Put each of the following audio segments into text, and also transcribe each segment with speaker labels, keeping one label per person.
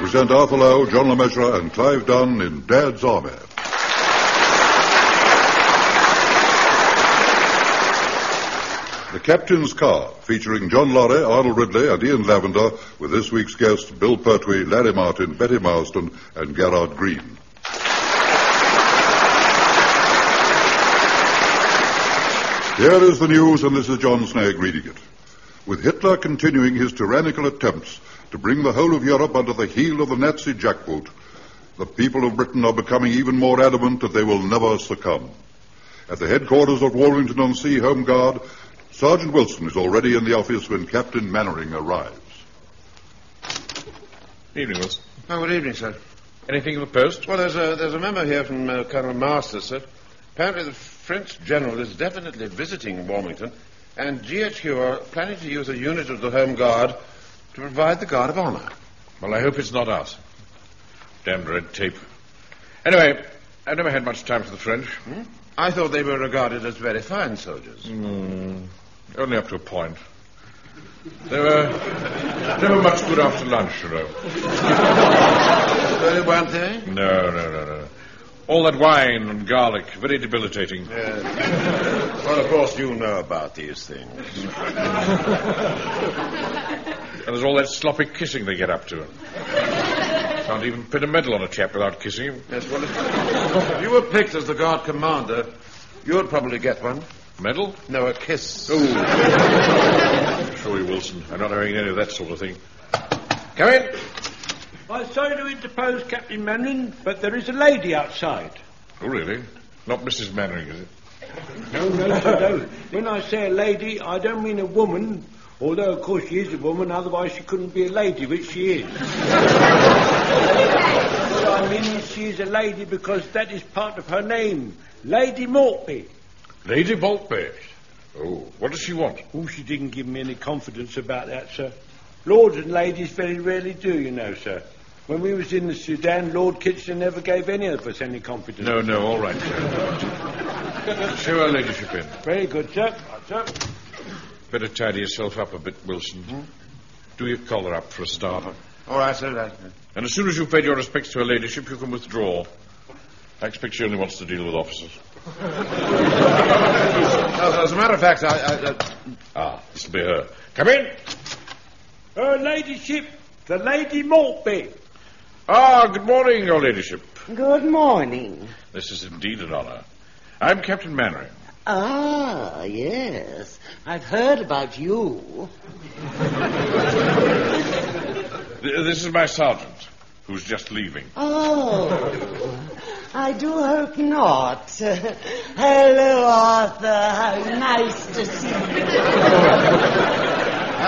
Speaker 1: Lieutenant Arthur John LeMessurier, and Clive Dunn in Dad's Army. The Captain's Car, featuring John Lorry, Arnold Ridley, and Ian Lavender, with this week's guests Bill Pertwee, Larry Martin, Betty Marston, and Gerard Green. Here is the news, and this is John Snag reading it. With Hitler continuing his tyrannical attempts to bring the whole of Europe under the heel of the Nazi jackboot, the people of Britain are becoming even more adamant that they will never succumb. At the headquarters of Warrington on Sea Home Guard, Sergeant Wilson is already in the office when Captain Mannering arrives.
Speaker 2: Evening, Wilson.
Speaker 3: Oh, good evening, sir.
Speaker 2: Anything in the post?
Speaker 3: Well, there's a, there's a memo here from uh, Colonel Masters, sir. Apparently, the French general is definitely visiting Wilmington, and GHQ are planning to use a unit of the Home Guard to provide the guard of honor.
Speaker 2: Well, I hope it's not us. Damned red tape. Anyway, I've never had much time for the French.
Speaker 3: Hmm? I thought they were regarded as very fine soldiers.
Speaker 4: Mm.
Speaker 2: Only up to a point. They were never much good after lunch, you know.
Speaker 3: Only weren't they?
Speaker 2: No, no, no, no. All that wine and garlic, very debilitating.
Speaker 3: Well, of course, you know about these things.
Speaker 2: And there's all that sloppy kissing they get up to. Can't even pin a medal on a chap without kissing him.
Speaker 3: Yes, well, if, if you were picked as the guard commander, you'd probably get one.
Speaker 2: Medal?
Speaker 3: No, a kiss.
Speaker 2: Oh. Sorry, Wilson. I'm not having any of that sort of thing. Come in.
Speaker 5: I'm sorry to interpose, Captain Manning, but there is a lady outside.
Speaker 2: Oh, really? Not Mrs. Mannering, is it?
Speaker 5: No, no, sir, no. When I say a lady, I don't mean a woman, although, of course, she is a woman, otherwise she couldn't be a lady, which she is. what I mean is she is a lady because that is part of her name, Lady Maltby.
Speaker 2: Lady Boltby. Oh, what does she want?
Speaker 5: Oh, she didn't give me any confidence about that, sir. Lords and ladies very rarely do, you know, sir. When we was in the Sudan, Lord Kitchener never gave any of us any confidence.
Speaker 2: No, no, all right. Show her ladyship in.
Speaker 5: Very good, sir. Sir.
Speaker 2: Better tidy yourself up a bit, Wilson.
Speaker 3: Hmm?
Speaker 2: Do your collar up for a start.
Speaker 3: All right, sir. Right.
Speaker 2: And as soon as you've paid your respects to her ladyship, you can withdraw. I expect she only wants to deal with officers.
Speaker 3: As, as a matter of fact, I, I, I,
Speaker 2: Ah, this will be her. Come in.
Speaker 5: Her ladyship, the Lady Maltby.
Speaker 2: Ah, good morning, your ladyship.
Speaker 4: Good morning.
Speaker 2: This is indeed an honor. I'm Captain Mannering.
Speaker 4: Ah, yes. I've heard about you.
Speaker 2: Th- This is my sergeant, who's just leaving.
Speaker 4: Oh, I do hope not. Hello, Arthur. How nice to see you.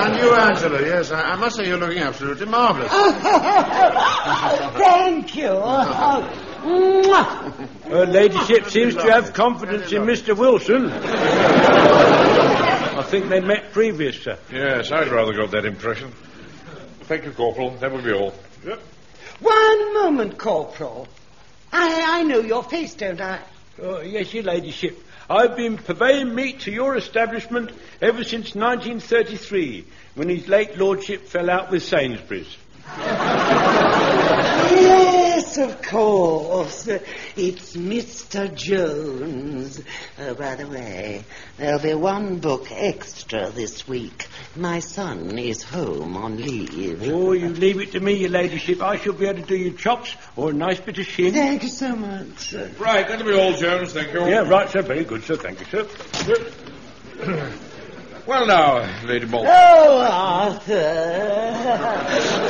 Speaker 3: And you, Angela, yes, I, I must say you're looking absolutely marvellous.
Speaker 4: Oh, Thank you. Mwah.
Speaker 5: Her ladyship seems to have confidence in Mr. Wilson. I think they met previous, sir.
Speaker 2: Yes, I'd rather got that impression. Thank you, Corporal. That will be all.
Speaker 4: One moment, Corporal. I, I know your face, don't I?
Speaker 5: Oh, yes, your ladyship. I've been purveying meat to your establishment ever since 1933, when his late lordship fell out with Sainsbury's.
Speaker 4: Yes, of course. It's Mr. Jones. Oh, by the way, there'll be one book extra this week. My son is home on leave.
Speaker 5: Oh, you leave it to me, your ladyship. I shall be able to do you chops or a nice bit of shin.
Speaker 4: Thank you so much.
Speaker 2: Right, that'll be all, Jones. Thank you.
Speaker 5: Yeah, right, sir. Very good, sir. Thank you, sir.
Speaker 2: Well, now, Lady Malt.
Speaker 4: Oh, Arthur.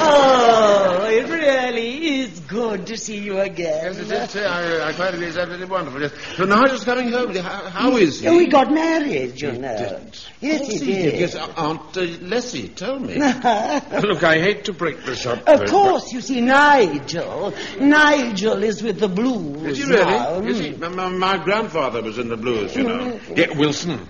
Speaker 4: oh, it really is good to see you again.
Speaker 3: Yes, it is, sir. I, I quite agree. It's absolutely wonderful. Yes. So now he's coming home. How, how is he?
Speaker 4: We Oh, got married, you know. Yes, he
Speaker 3: Yes,
Speaker 4: did.
Speaker 3: Yes, Aunt uh, Leslie told me.
Speaker 2: Look, I hate to break this up.
Speaker 4: Of
Speaker 2: but-
Speaker 4: course, you see, Nigel. Nigel is with the blues.
Speaker 3: Did you really?
Speaker 4: now.
Speaker 3: Yes, he- my, my- my grandfather was in the blues, you know.
Speaker 2: Yeah, Wilson,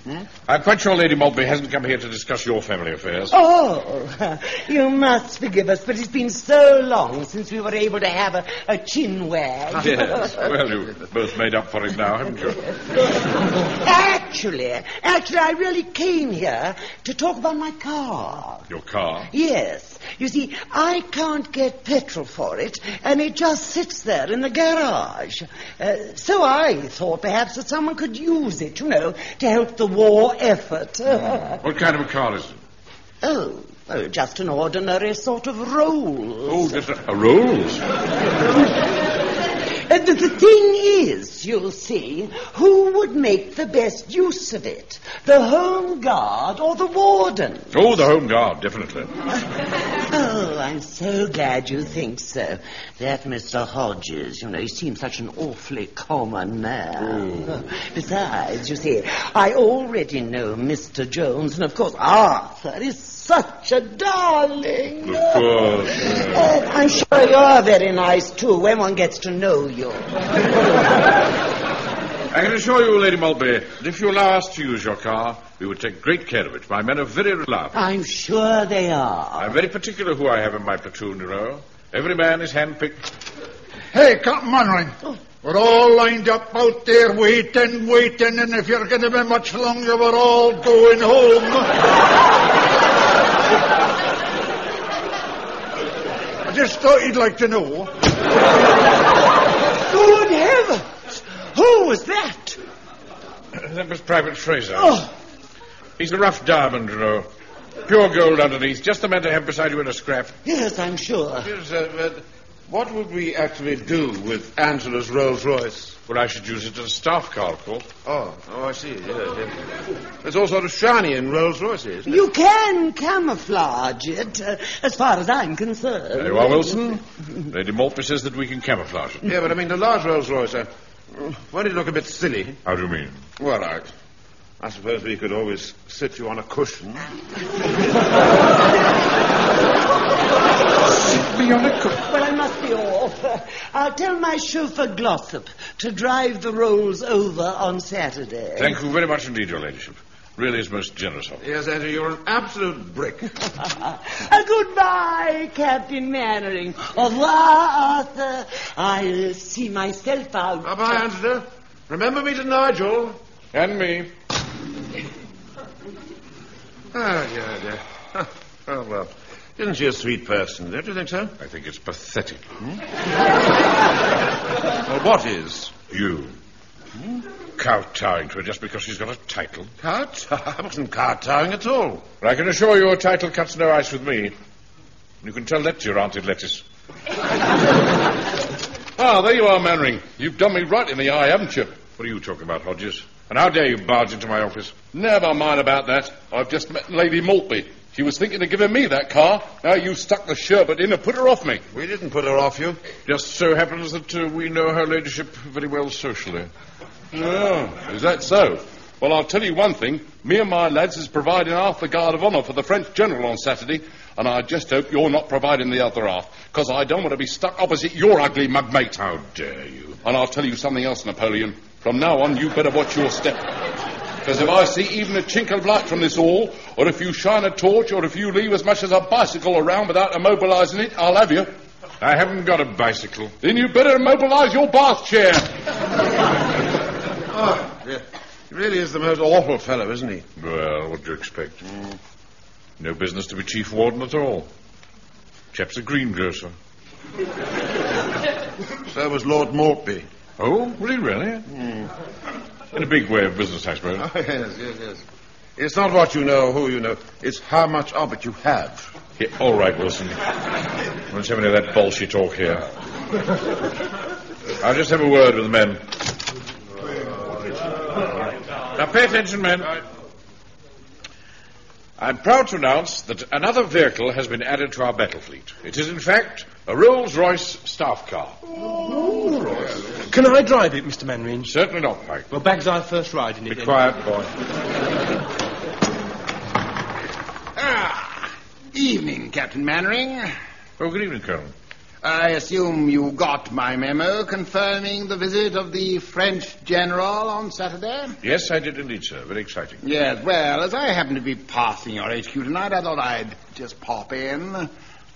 Speaker 2: I'm quite sure Lady Maltby hasn't come here to discuss your family affairs.
Speaker 4: Oh, you must forgive us, but it's been so long since we were able to have a, a chin wag.
Speaker 2: Yes. well, you've both made up for it now, haven't you?
Speaker 4: Actually, actually, I really came here to talk about my car.
Speaker 2: Your car.
Speaker 4: Yes, You see, I can't get petrol for it, and it just sits there in the garage. Uh, so I thought perhaps that someone could use it, you know, to help the war effort.
Speaker 2: What kind of a car is it?
Speaker 4: oh, oh, just an ordinary sort of roll.
Speaker 2: Oh, just a, a Rolls.
Speaker 4: Uh, the, the thing is, you'll see, who would make the best use of it? The Home Guard or the Warden?
Speaker 2: Oh, the Home Guard, definitely.
Speaker 4: Oh, I'm so glad you think so. That Mr. Hodges, you know, he seems such an awfully common man. Besides, you see, I already know Mr. Jones, and of course Arthur is such a darling.
Speaker 2: Of course. yeah.
Speaker 4: Uh, I'm sure you're very nice, too, when one gets to know you.
Speaker 2: I can assure you, Lady Mulberry, that if you allow us to use your car, we would take great care of it. My men are very reliable.
Speaker 4: I'm sure they are.
Speaker 2: I'm very particular who I have in my platoon, you know. Every man is handpicked.
Speaker 6: Hey, Captain Mannering. We're all lined up out there waiting, waiting, and if you're going to be much longer, we're all going home. I just thought you'd like to know.
Speaker 4: Good heavens! Who was that?
Speaker 2: That was Private Fraser.
Speaker 4: Oh.
Speaker 2: He's a rough diamond, you know. Pure gold underneath. Just the man to have beside you in a scrap.
Speaker 4: Yes, I'm sure.
Speaker 3: Yes, uh, but what would we actually do with Angela's Rolls Royce?
Speaker 2: Well, I should use it as a staff car, of course.
Speaker 3: Oh, oh, I see. Yes, yes. There's all sort of shiny in Rolls Royces.
Speaker 4: You can camouflage it, uh, as far as I'm concerned.
Speaker 2: There you are, Wilson. Lady Maltby says that we can camouflage it.
Speaker 3: Yeah, but I mean, the large Rolls Royce, uh, won't it look a bit silly?
Speaker 2: How do you mean?
Speaker 3: Well, I, I suppose we could always sit you on a cushion.
Speaker 4: Well, I must be off. I'll tell my chauffeur Glossop to drive the rolls over on Saturday.
Speaker 2: Thank you very much indeed, Your Ladyship. Really is most generous of you.
Speaker 3: Yes, Andrew, you're an absolute brick. Ah,
Speaker 4: Uh, goodbye, Captain Mannering. Au revoir, Arthur. I'll see myself out.
Speaker 3: Bye-bye, Angela. Remember me to Nigel.
Speaker 2: And me.
Speaker 3: Ah, yeah, yeah. Oh, well. Isn't she a sweet person? Don't you think so? Hmm?
Speaker 2: I think it's pathetic.
Speaker 3: Well, what is?
Speaker 2: You. Kowtowing to her just because she's got a title.
Speaker 3: Cart? I wasn't cart tying at all.
Speaker 2: But I can assure you a title cuts no ice with me. You can tell that to your Auntie Lettuce. ah, there you are, Mannering. You've done me right in the eye, haven't you? What are you talking about, Hodges? And how dare you barge into my office?
Speaker 7: Never mind about that. I've just met Lady Maltby. She was thinking of giving me that car. Now you stuck the sherbet in and put her off me.
Speaker 3: We didn't put her off you.
Speaker 2: Just so happens that uh, we know her ladyship very well socially.
Speaker 7: Oh, is that so? Well, I'll tell you one thing. Me and my lads is providing half the guard of honour for the French general on Saturday, and I just hope you're not providing the other half, 'cause I don't want to be stuck opposite your ugly mug mate.
Speaker 2: How dare you?
Speaker 7: And I'll tell you something else, Napoleon. From now on, you better watch your step. Because if I see even a chink of light from this hall, or if you shine a torch, or if you leave as much as a bicycle around without immobilising it, I'll have you.
Speaker 2: I haven't got a bicycle.
Speaker 7: Then you better immobilise your bath chair.
Speaker 3: Oh, yeah. He really is the most awful fellow, isn't he?
Speaker 2: Well, what do you expect? No business to be chief warden at all. Chap's a greengrocer.
Speaker 3: So was Lord Maltby. Hmm.
Speaker 2: Oh, was he really? In a big way of business, I suppose.
Speaker 3: Oh, yes, yes, yes. It's not what you know or who you know. It's how much of it you have.
Speaker 2: Yeah, all right, Wilson. Don't have any of that bullshit talk here. I'll just have a word with the men. Now, pay attention, men. I'm proud to announce that another vehicle has been added to our battle fleet. It is, in fact, a Rolls-Royce staff car.
Speaker 8: Can I drive it, Mr. Mannering?
Speaker 2: Certainly not, Mike.
Speaker 8: Well, Bags, I first ride in it.
Speaker 2: Be
Speaker 8: then.
Speaker 2: quiet, boy.
Speaker 9: Ah, Evening, Captain Mannering.
Speaker 2: Oh, good evening, Colonel.
Speaker 9: I assume you got my memo confirming the visit of the French general on Saturday?
Speaker 2: Yes, I did indeed, sir. Very exciting.
Speaker 9: Yes, well, as I happen to be passing your HQ tonight, I thought I'd just pop in.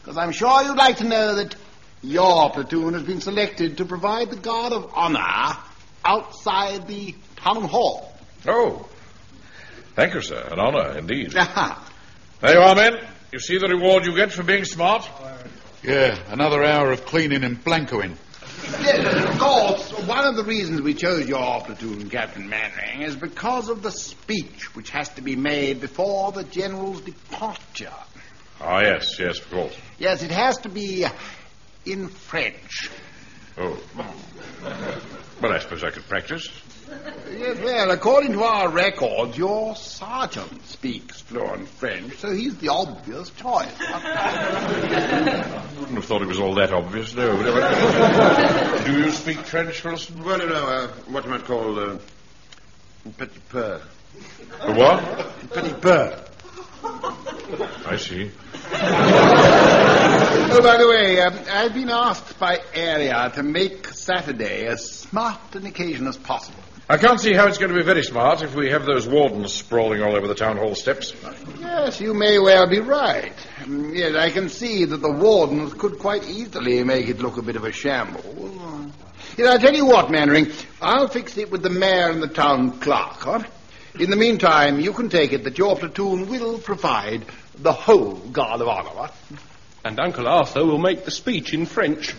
Speaker 9: Because I'm sure you'd like to know that your platoon has been selected to provide the guard of honor outside the town hall.
Speaker 2: Oh. Thank you, sir. An honour, indeed.
Speaker 9: Aha.
Speaker 2: There you are, men. You see the reward you get for being smart?
Speaker 10: Yeah, another hour of cleaning and blancoing.
Speaker 9: Yes, of course. One of the reasons we chose your platoon, Captain Mannering, is because of the speech which has to be made before the general's departure.
Speaker 2: Ah, yes, yes, of course.
Speaker 9: Yes, it has to be in French.
Speaker 2: Oh. Well, I suppose I could practice.
Speaker 9: Yes, well, according to our records, your sergeant speaks fluent French, so he's the obvious choice.
Speaker 2: I wouldn't have thought it was all that obvious, no. but, uh, Do you speak French, Wilson?
Speaker 3: Well, no, no, uh, what you might call uh, petit peu.
Speaker 2: The what?
Speaker 3: Petit peu.
Speaker 2: I see.
Speaker 9: Oh, by the way, um, I've been asked by Area to make Saturday as smart an occasion as possible.
Speaker 2: I can't see how it's going to be very smart if we have those wardens sprawling all over the town hall steps.
Speaker 9: Yes, you may well be right. Mm, Yes, I can see that the wardens could quite easily make it look a bit of a shambles. Yes, I'll tell you what, Mannering, I'll fix it with the mayor and the town clerk, huh? In the meantime, you can take it that your platoon will provide the whole guard of honor. huh?
Speaker 8: And Uncle Arthur will make the speech in French.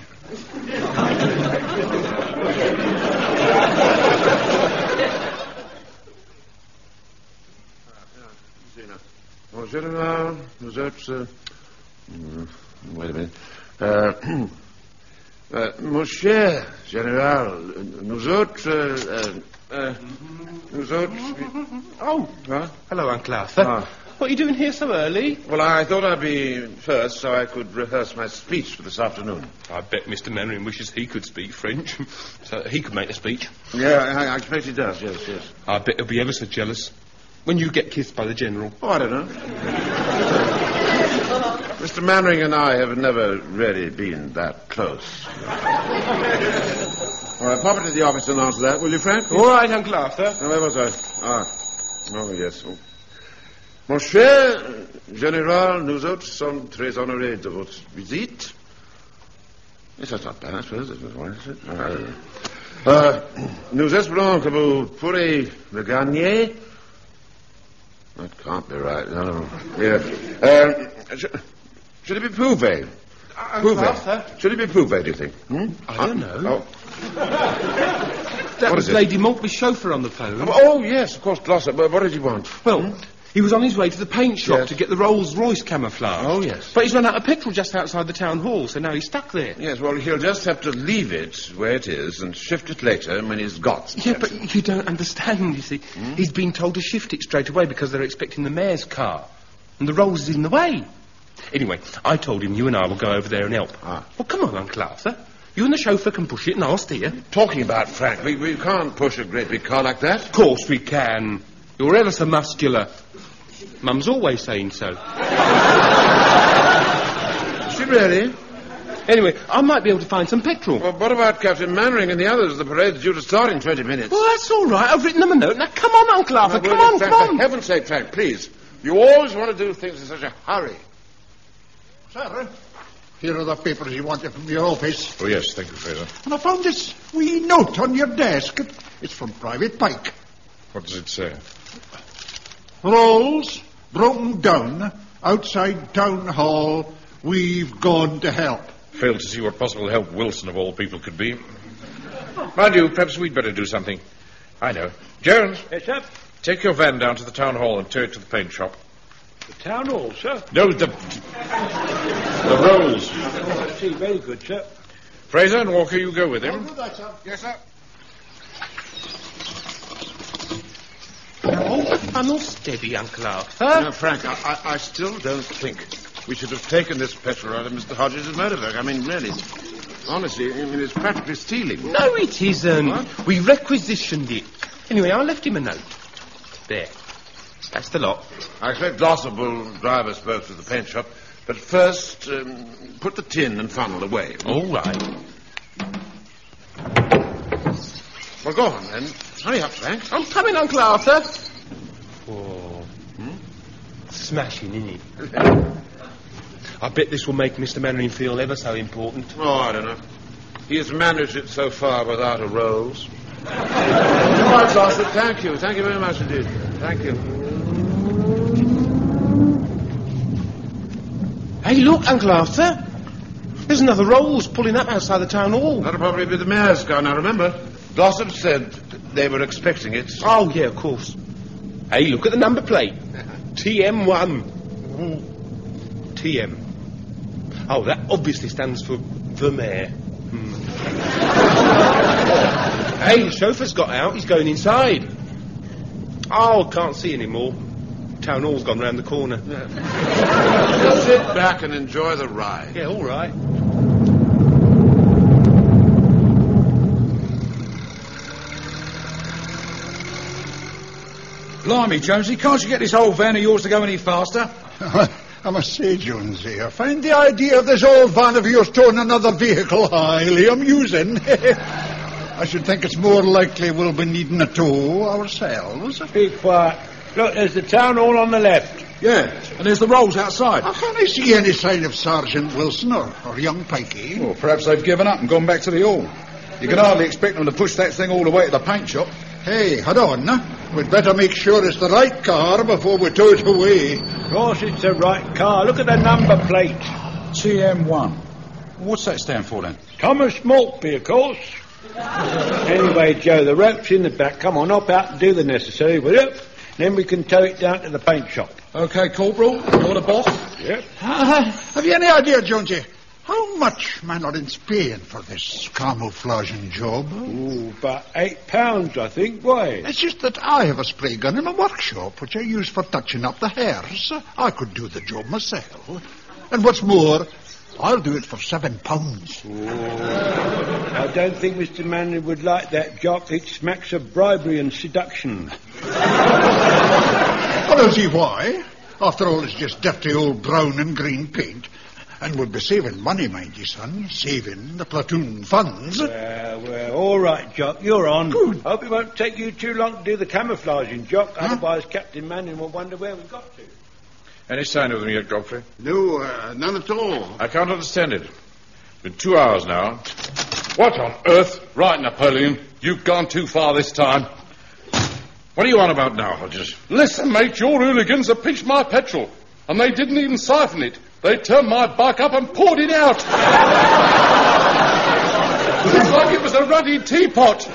Speaker 3: En général, vous êtes... euh, hmm, Wait a minute. Euh, euh, mon cher général, nous autres... euh, euh, euh, nous autres...
Speaker 8: Oh,
Speaker 3: Huh?
Speaker 8: hello, Uncle Arthur.
Speaker 3: Ah.
Speaker 8: What are you doing here so early?
Speaker 3: Well, I thought I'd be first so I could rehearse my speech for this afternoon.
Speaker 8: I bet Mr. Mannering wishes he could speak French, so that he could make a speech.
Speaker 3: Yeah, I, I expect he does, yes, yes.
Speaker 8: I bet he'll be ever so jealous when you get kissed by the general.
Speaker 3: Oh, I don't know. Mr. Mannering and I have never really been that close. All right, pop it to the office and answer that, will you, Frank?
Speaker 8: All right, Uncle Arthur.
Speaker 3: Oh, where was I? Ah, oh, yes. Oh. Mon cher Général, nous autres sommes très honorés de votre visite. Yes, that's not bad, I suppose. That's what I said. Ah, euh, nous espérons que vous pourrez le gagner. That can't be right. No, no. Yeah. Um, sh- should it be Pouvet? Pouvet. Should it be Pouvet, do you think? Hmm?
Speaker 8: I don't know.
Speaker 3: Oh.
Speaker 8: That
Speaker 3: What
Speaker 8: was
Speaker 3: is it?
Speaker 8: Lady Maltby's chauffeur on the phone.
Speaker 3: oh, yes, of course, Glossop. But what did you want?
Speaker 8: Well, he was on his way to the paint shop
Speaker 3: Yes.
Speaker 8: to get the Rolls Royce camouflage.
Speaker 3: Oh, yes.
Speaker 8: But he's run out of petrol just outside the town hall, so now he's stuck there.
Speaker 3: Yes, well, he'll just have to leave it where it is and shift it later when he's got. some
Speaker 8: Yeah, but you don't understand, you see.
Speaker 3: Hmm?
Speaker 8: He's been told to shift it straight away because they're expecting the mayor's car. And the Rolls is in the way. Anyway, I told him you and I will go over there and help.
Speaker 3: Ah.
Speaker 8: Well, come on, Uncle Arthur. You and the chauffeur can push it and I'll steer.
Speaker 3: Talking about Frank, we, we can't push a great big car like that.
Speaker 8: Of course we can. You're ever so muscular. Mum's always saying so.
Speaker 3: Is she really?
Speaker 8: Anyway, I might be able to find some petrol.
Speaker 3: Well, what about Captain Mannering and the others? The parade's due to start in 20 minutes.
Speaker 8: Well, that's all right. I've written them a note. Now, come on, Uncle Arthur.
Speaker 3: Now,
Speaker 8: come
Speaker 3: will you,
Speaker 8: on,
Speaker 3: Frank,
Speaker 8: come on.
Speaker 3: For heaven's sake, Frank, please. You always want to do things in such a hurry.
Speaker 6: Sir, here are the papers you wanted from your office.
Speaker 2: Oh, yes, thank you, Fraser.
Speaker 6: And I found this wee note on your desk. It's from Private Pike.
Speaker 2: What does it say?
Speaker 6: Rolls broken down outside town hall. We've gone to help.
Speaker 2: Failed to see what possible help Wilson, of all people, could be. Mind you, perhaps we'd better do something. I know. Jones,
Speaker 5: Yes, sir.
Speaker 2: take your van down to the town hall and tow it to the paint shop.
Speaker 5: The town hall, sir.
Speaker 2: No, the. The rolls.
Speaker 5: I see. Very good, sir.
Speaker 2: Fraser and Walker, you go with him.
Speaker 6: Yes, sir.
Speaker 8: Oh, I'm all steady, Uncle Arthur.
Speaker 3: Now, Frank, I, I, I still don't think we should have taken this petrol out of Mr. Hodges' motor bag. I mean, really. Honestly, I mean, it's practically stealing.
Speaker 8: No, it isn't. We requisitioned it. Anyway, I left him a note. There. That's the lot.
Speaker 3: I expect Glossop will drive us both to the paint shop, but first, um, put the tin and funnel away.
Speaker 8: All right.
Speaker 3: Well, go on then. Hurry up, Frank.
Speaker 8: I'm coming, Uncle Arthur. Oh.
Speaker 3: Hmm?
Speaker 8: Smashing, innit? I bet this will make Mr. Mannering feel ever so important.
Speaker 3: Oh, I don't know. He has managed it so far without a rose. All right, Glossop, thank you. Thank you very much indeed. Thank you.
Speaker 8: Hey, look, Uncle Arthur. There's another Rolls pulling up outside the town hall.
Speaker 3: That'll probably be the mayor's car now, remember? Glossop said they were expecting it.
Speaker 8: Oh, yeah, of course. Hey, look at the number plate. TM1. TM. Oh, that obviously stands for the mayor. Hmm. hey, the chauffeur's got out. He's going inside. Oh, can't see anymore. Town hall's gone round the corner.
Speaker 3: Sit back and enjoy the ride.
Speaker 8: Yeah, all right.
Speaker 11: Blimey, Jonesy, can't you get this old van of yours to go any faster?
Speaker 6: I must say, Jonesy, I find the idea of this old van of yours towing another vehicle highly amusing. I should think it's more likely we'll be needing a tow ourselves.
Speaker 5: Be quiet. Look, there's the town hall on the left.
Speaker 11: Yeah, and there's the rolls outside.
Speaker 6: I can't see any sign of Sergeant Wilson or, or young Pikey.
Speaker 11: Well, perhaps they've given up and gone back to the hall. You can hardly expect them to push that thing all the way to the paint shop.
Speaker 6: Hey, hold on. huh? We'd better make sure it's the right car before we tow it away.
Speaker 5: Of course, it's the right car. Look at the number plate.
Speaker 11: TM1. What's that stand for then?
Speaker 5: Thomas Maltby, of course. anyway, Joe, the rope's in the back. Come on, hop out and do the necessary, will you? Then we can tow it down to the paint shop.
Speaker 11: Okay, Corporal, you're the boss.
Speaker 5: Yep.
Speaker 6: Uh, have you any idea, Jonesy, how much Mandarin's paying for this camouflaging job?
Speaker 5: Ooh, about eight pounds, I think. Why?
Speaker 6: It's just that I have a spray gun in my workshop, which I use for touching up the hairs. I could do the job myself. And what's more, I'll do it for seven pounds.
Speaker 5: I don't think Mr. Manley would like that job. It smacks of bribery and seduction.
Speaker 6: I don't see why. After all, it's just dirty old brown and green paint. And we'll be saving money, mind you, son. Saving the platoon funds.
Speaker 5: Well, Uh, well, all right, Jock, you're on. Good. Hope it won't take you too long to do the camouflaging, Jock. Otherwise, Captain Manning will wonder where we've got to.
Speaker 2: Any sign of them yet, Godfrey?
Speaker 9: No, uh, none at all.
Speaker 2: I can't understand it. Been two hours now. What on earth?
Speaker 7: Right, Napoleon, you've gone too far this time.
Speaker 2: What are you on about now, Hodges?
Speaker 7: Listen, mate, your hooligans have pinched my petrol, and they didn't even siphon it. They turned my bike up and poured it out. it's like it was a ruddy teapot.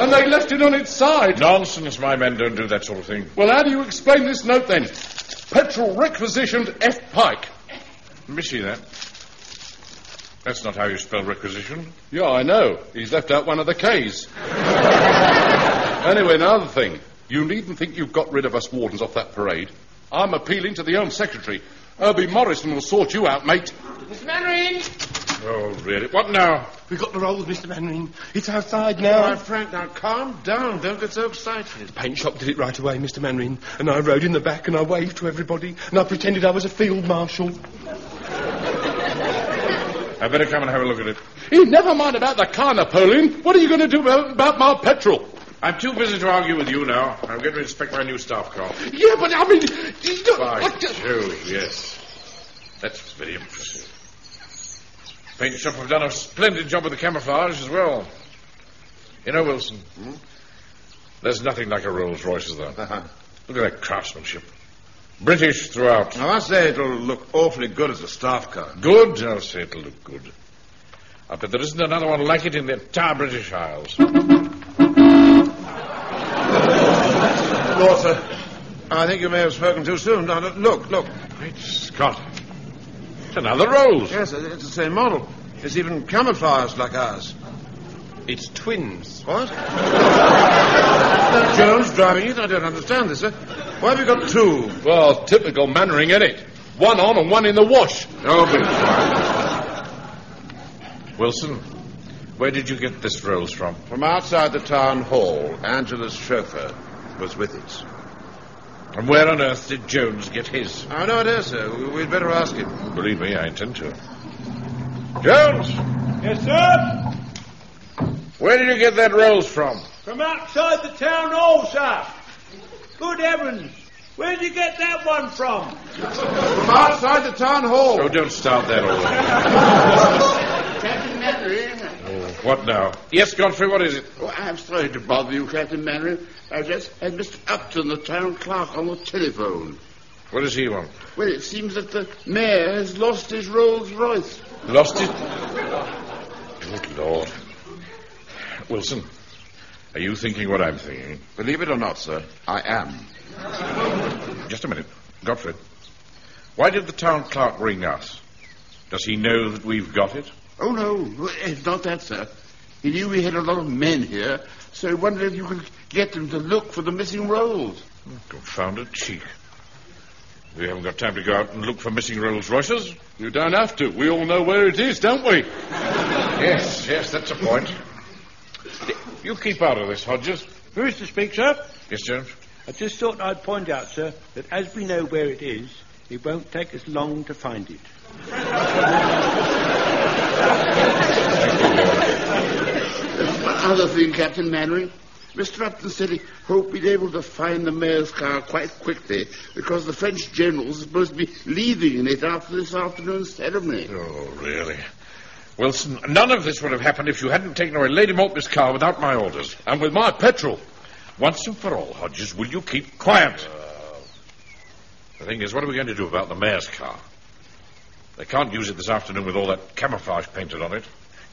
Speaker 7: And they left it on its side.
Speaker 2: Nonsense, my men don't do that sort of thing.
Speaker 7: Well, how do you explain this note then? Petrol requisitioned F. Pike.
Speaker 2: Let me see that. That's not how you spell requisition.
Speaker 7: Yeah, I know. He's left out one of the K's. anyway, another thing. You needn't think you've got rid of us wardens off that parade. I'm appealing to the Home Secretary. Irby Morrison will sort you out, mate.
Speaker 2: Mr. Mannering! Oh, really? What now?
Speaker 8: We've got the rolls, Mr. Mannering. It's outside now.
Speaker 3: Now, Frank, now calm down. Don't get so excited.
Speaker 8: paint shop did it right away, Mr. Manring. And I rode in the back and I waved to everybody and I pretended I was a field marshal.
Speaker 2: I better come and have a look at it.
Speaker 7: Hey, never mind about the car, Napoleon. What are you going to do about about my petrol?
Speaker 2: I'm too busy to argue with you now. I'm going to inspect my new staff car.
Speaker 7: Yeah, but I mean, you don't-
Speaker 2: By
Speaker 7: I don't-
Speaker 2: Jove, yes. That's very impressive. Paint shop have done a splendid job with the camouflage as well. You know, Wilson,
Speaker 3: Hmm?
Speaker 2: there's nothing like a Rolls Royce, is there?
Speaker 3: Uh-huh.
Speaker 2: Look at that craftsmanship. British throughout.
Speaker 3: Now, I say it'll look awfully good as a staff car.
Speaker 2: Good, I'll say it'll look good. I bet there isn't another one like it in the entire British Isles.
Speaker 3: Lord, sir, I think you may have spoken too soon. Now, look, look.
Speaker 2: Great Scott. It's another Rolls.
Speaker 3: Yes, it's the same model. It's even camouflaged like ours.
Speaker 8: It's twins.
Speaker 3: What? That Jones driving it? I don't understand this, sir. Why have you got two?
Speaker 7: Well, typical Mannering, innit? One on and one in the wash.
Speaker 2: Oh, be quiet. Wilson, where did you get this Rolls from?
Speaker 3: From outside the town hall, Angela's chauffeur was with it.
Speaker 2: And where on earth did Jones get his?
Speaker 3: I know it is, sir. We- We'd better ask him.
Speaker 2: Believe me, I intend to. Jones,
Speaker 5: Yes, sir?
Speaker 2: where did you get that Rolls from?
Speaker 5: From outside the town hall, sir. Good heavens. Where'd you get that one from?
Speaker 3: From outside the town hall.
Speaker 2: Oh, don't start that all over.
Speaker 9: Captain Mannering.
Speaker 2: What now? Yes, Godfrey, what is it?
Speaker 9: Oh, I'm sorry to bother you, Captain Mannering. I just had Mr. Upton, the town clerk, on the telephone.
Speaker 2: What does he want?
Speaker 9: Well, it seems that the mayor has lost his Rolls Royce. Oh,
Speaker 2: Lost it? Good Lord. Wilson, are you thinking what I'm thinking?
Speaker 3: Believe it or not, sir, I am.
Speaker 2: Just a minute. Godfrey, why did the town clerk ring us? Does he know that we've got it?
Speaker 9: Oh, no, it's not that, sir. He knew we had a lot of men here, so he wondered if you could get them to look for the missing rolls.
Speaker 2: Confounded cheek. We haven't got time to go out and look for missing Rolls Royces.
Speaker 7: You don't have to. We all know where it is, don't we?
Speaker 2: Yes, yes, that's a point. You keep out of this, Hodges.
Speaker 5: Who is to speak, sir?
Speaker 2: Yes, Jones.
Speaker 5: I just thought I'd point out, sir, that as we know where it is, it won't take us long to find it.
Speaker 9: One other thing, Captain Mannering. Mr. Upton said he hoped he'd able to find the mayor's car quite quickly because the French general's supposed to be leaving in it after this afternoon's ceremony.
Speaker 2: Oh, really? Wilson, none of this would have happened if you hadn't taken away Lady Mortby's car without my orders.
Speaker 7: And with my petrol.
Speaker 2: Once and for all, Hodges, will you keep quiet?
Speaker 7: Uh,
Speaker 2: the thing is, what are we going to do about the mayor's car? They can't use it this afternoon with all that camouflage painted on it.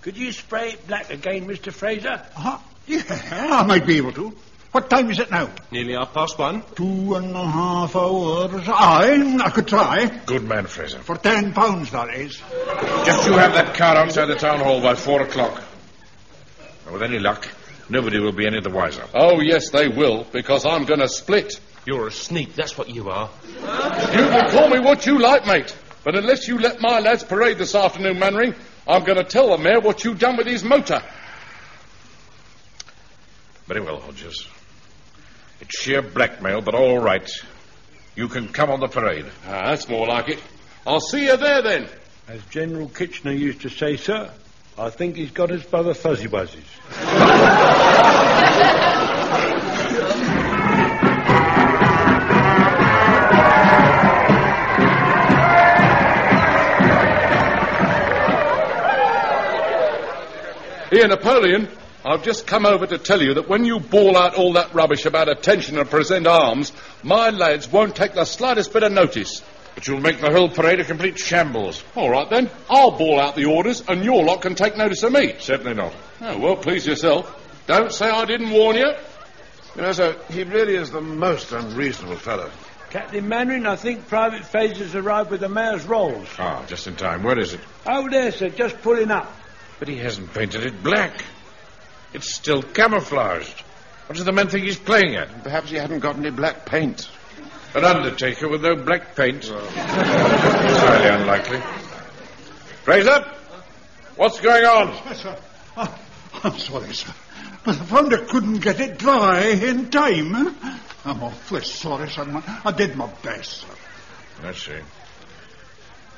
Speaker 5: Could you spray it black again, Mr. Fraser?
Speaker 6: Huh? Uh-huh. Yeah, I might be able to. What time is it now?
Speaker 8: Nearly half past one.
Speaker 6: Two and a half hours. Aye, I could try.
Speaker 2: Good man, Fraser.
Speaker 6: For ten pounds, that is.
Speaker 2: Just you have that car outside the town hall by four o'clock. And with any luck, nobody will be any the wiser.
Speaker 7: Oh, yes, they will, because I'm going to split.
Speaker 8: You're a sneak, that's what you are.
Speaker 7: You can call me what you like, mate. But unless you let my lads parade this afternoon, Mannering, I'm going to tell the mayor what you done with his motor.
Speaker 2: Very well, Hodges. It's sheer blackmail, but all right. You can come on the parade.
Speaker 7: Ah, that's more like it. I'll see you there then.
Speaker 5: As General Kitchener used to say, sir, I think he's got us by the fuzzy wuzzies.
Speaker 7: Here, Napoleon, I've just come over to tell you that when you bawl out all that rubbish about attention and present arms, my lads won't take the slightest bit of notice.
Speaker 2: But you'll make the whole parade a complete shambles.
Speaker 7: All right then, I'll bawl out the orders and your lot can take notice of me.
Speaker 2: Certainly not.
Speaker 7: Oh, well, please yourself. Don't say I didn't warn you.
Speaker 3: You know, sir, he really is the most unreasonable fellow.
Speaker 5: Captain Mannering, I think Private Fraser's arrived with the mayor's rolls.
Speaker 2: Ah, just in time. Where is it?
Speaker 5: Oh, there, sir, just pulling up.
Speaker 2: But he hasn't painted it black. It's still camouflaged. What does the men think he's playing at?
Speaker 3: Perhaps he hadn't got any black paint.
Speaker 2: An undertaker with no black paint. Highly unlikely. Fraser, what's going on?
Speaker 6: Yes, sir. Oh, I'm sorry, sir. But the founder couldn't get it dry in time. eh? I'm awfully sorry, sir. My- I did my best, sir.
Speaker 2: I see.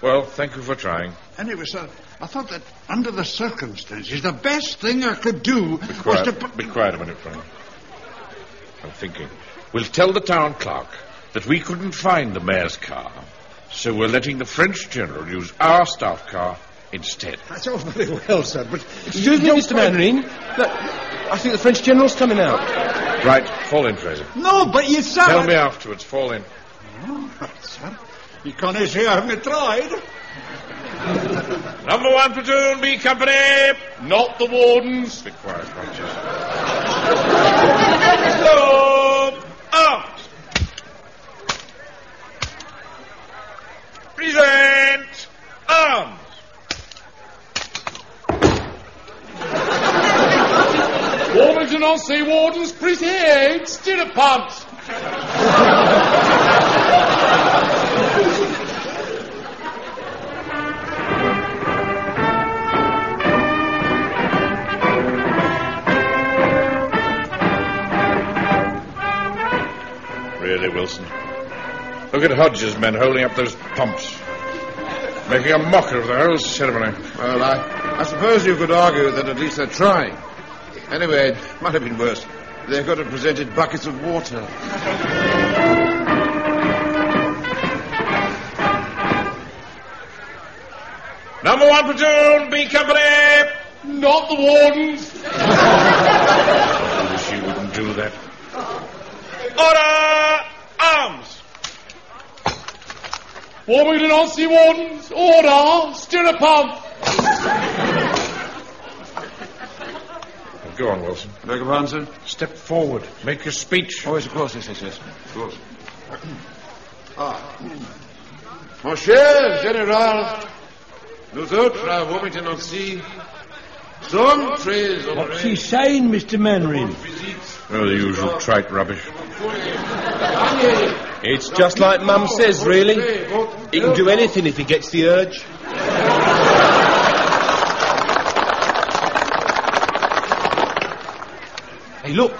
Speaker 2: Well, thank you for trying.
Speaker 6: Anyway, sir, I thought that under the circumstances, the best thing I could do was to...
Speaker 2: Quiet.
Speaker 6: put-
Speaker 2: Be quiet a minute, Frank. I'm thinking. We'll tell the town clerk that we couldn't find the mayor's car, so we're letting the French general use our staff car instead.
Speaker 6: That's all very well, sir, but...
Speaker 8: Excuse me, Mr. Mannering. Look, I think the French general's coming out.
Speaker 2: Right, fall in, Fraser.
Speaker 6: No, but you, sir...
Speaker 2: Tell me afterwards, fall in.
Speaker 6: Oh, sir, you can't say I haven't tried.
Speaker 2: Number one platoon, B company.
Speaker 7: Not the wardens.
Speaker 2: Be quiet, Rogers. Slow out. Present arms.
Speaker 7: Warmington on sea wardens present stirrup pumps.
Speaker 2: Really, Wilson. Look at Hodges' men holding up those pumps. Making a mocker of the whole ceremony.
Speaker 3: Well, I, I suppose you could argue that at least they're trying. Anyway, it might have been worse. They could have presented buckets of water.
Speaker 2: Number one platoon, B company.
Speaker 7: Not the wardens.
Speaker 2: I wish you wouldn't do that. Order, arms.
Speaker 7: Warmington on sea wardens, order, stir a pump.
Speaker 2: Go on, Wilson.
Speaker 12: Beg your pardon, sir?
Speaker 2: Step forward. Make your speech.
Speaker 12: Oh, yes, of course, yes, yes, yes. Of course.
Speaker 3: Ah. Mon cher général, nous autres à Wilmington-on-Sea sommes très
Speaker 5: What's he saying, Mr. Mannering?
Speaker 2: Oh, the usual trite rubbish.
Speaker 8: It's just like Mum says, really. He can do anything if he gets the urge. hey, look.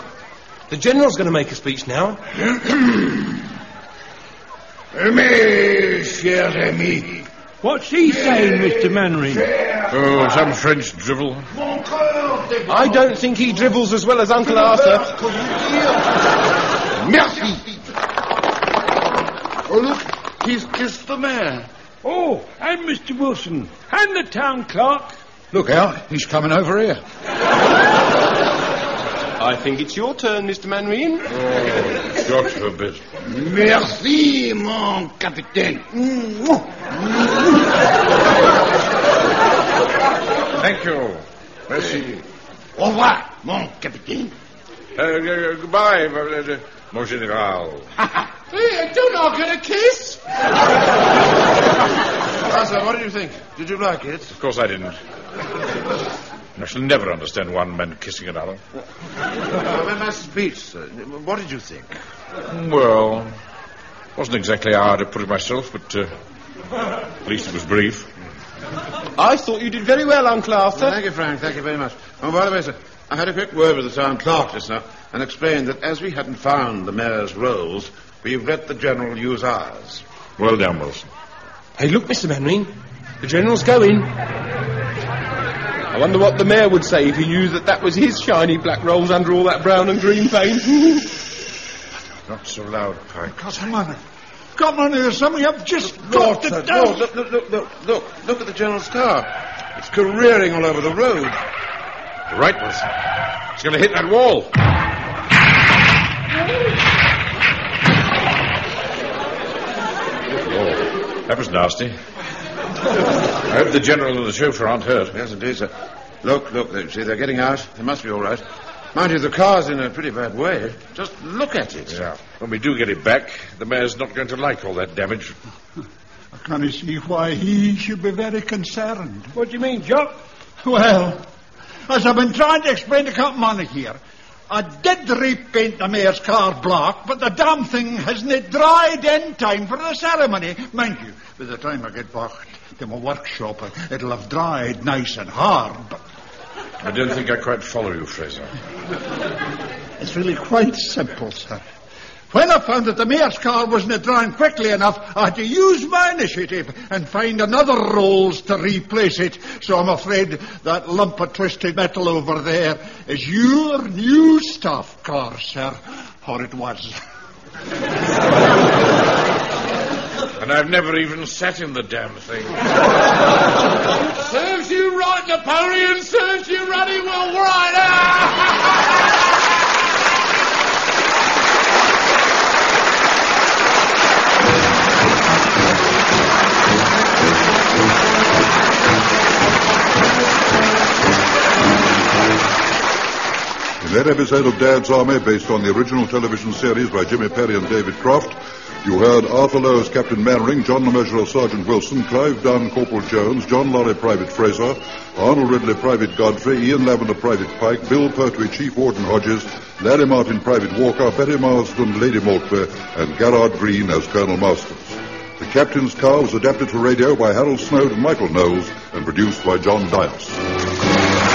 Speaker 8: The General's going to make a speech now.
Speaker 12: Mes chers amis,
Speaker 5: What's he saying, Mr. Mannering?
Speaker 2: Oh, some French drivel.
Speaker 8: I don't think he dribbles as well as Uncle Arthur.
Speaker 12: merci.
Speaker 5: Oh, look, he's kissed the mayor. Oh, and Mr. Wilson, and the town clerk.
Speaker 11: Look out, he's coming over here.
Speaker 8: I think it's your turn, Mr. Manreen.
Speaker 2: God forbid.
Speaker 12: Merci, mon capitaine.
Speaker 2: Thank you. Merci.
Speaker 12: Au revoir, mon capitaine.
Speaker 2: Uh, uh, goodbye, uh, uh, mon général.
Speaker 12: Hey, do not get a kiss.
Speaker 3: Arthur, what do you think? Did you like it?
Speaker 2: Of course I didn't. And I shall never understand one man kissing another.
Speaker 3: Uh, my speech, sir. What did you think?
Speaker 2: Well, wasn't exactly how I'd have put it myself, but uh, at least it was brief.
Speaker 8: I thought you did very well, Uncle Arthur.
Speaker 3: Thank you, Frank. Thank you very much. Oh, by the way, sir, I had a quick word with the town clerk just now and explained that as we hadn't found the mayor's rolls, we've let the general use ours.
Speaker 2: Well done, Wilson.
Speaker 8: Hey, look, Mr. Mannering. The General's going. I wonder what the Mayor would say if he knew that that was his shiny black rolls under all that brown and green paint.
Speaker 2: Not so loud, Pike.
Speaker 6: Got some money. Got money. There's something I've just got to do.
Speaker 3: look, look, look, look, look, look at the general's car. It's careering all over the road.
Speaker 2: You're right, Wilson. It's going to hit that wall. Whoa, that was nasty. I hope the general and the chauffeur aren't hurt.
Speaker 3: Yes, indeed, sir. Look, look, they, see, they're getting out. They must be all right. Mind you, the car's in a pretty bad way. Just look at it.
Speaker 2: Yeah. When we do get it back, the mayor's not going to like all that damage.
Speaker 6: I can't see why he should be very concerned.
Speaker 5: What do you mean, Jock?
Speaker 6: Well, as I've been trying to explain to Captain Money here, I did repaint the mayor's car black, but the damn thing hasn't dried in time for the ceremony. Mind you, by the time I get back to my workshop, it'll have dried nice and hard, but
Speaker 2: I don't think I quite follow you, Fraser.
Speaker 6: It's really quite simple, sir. When I found that the mayor's car wasn't drying quickly enough, I had to use my initiative and find another rolls to replace it. So I'm afraid that lump of twisted metal over there is your new staff car, sir. Or it was.
Speaker 2: And I've never even sat in the damn thing.
Speaker 12: Serves you right, Napoleon. Serves you ruddy well right.
Speaker 1: In that episode of Dad's Army, based on the original television series by Jimmy Perry and David Croft, you heard Arthur Lowe as Captain Mannering, John Lemessurier Sergeant Wilson, Clive Dunn Corporal Jones, John Lorry Private Fraser, Arnold Ridley Private Godfrey, Ian Lavender Private Pike, Bill Pertwee Chief Warden Hodges, Larry Martin Private Walker, Betty Marsden Lady Mortimer, and Garrard Green as Colonel Masters. The Captain's Car was adapted for radio by Harold Snowd and Michael Knowles and produced by John Dias.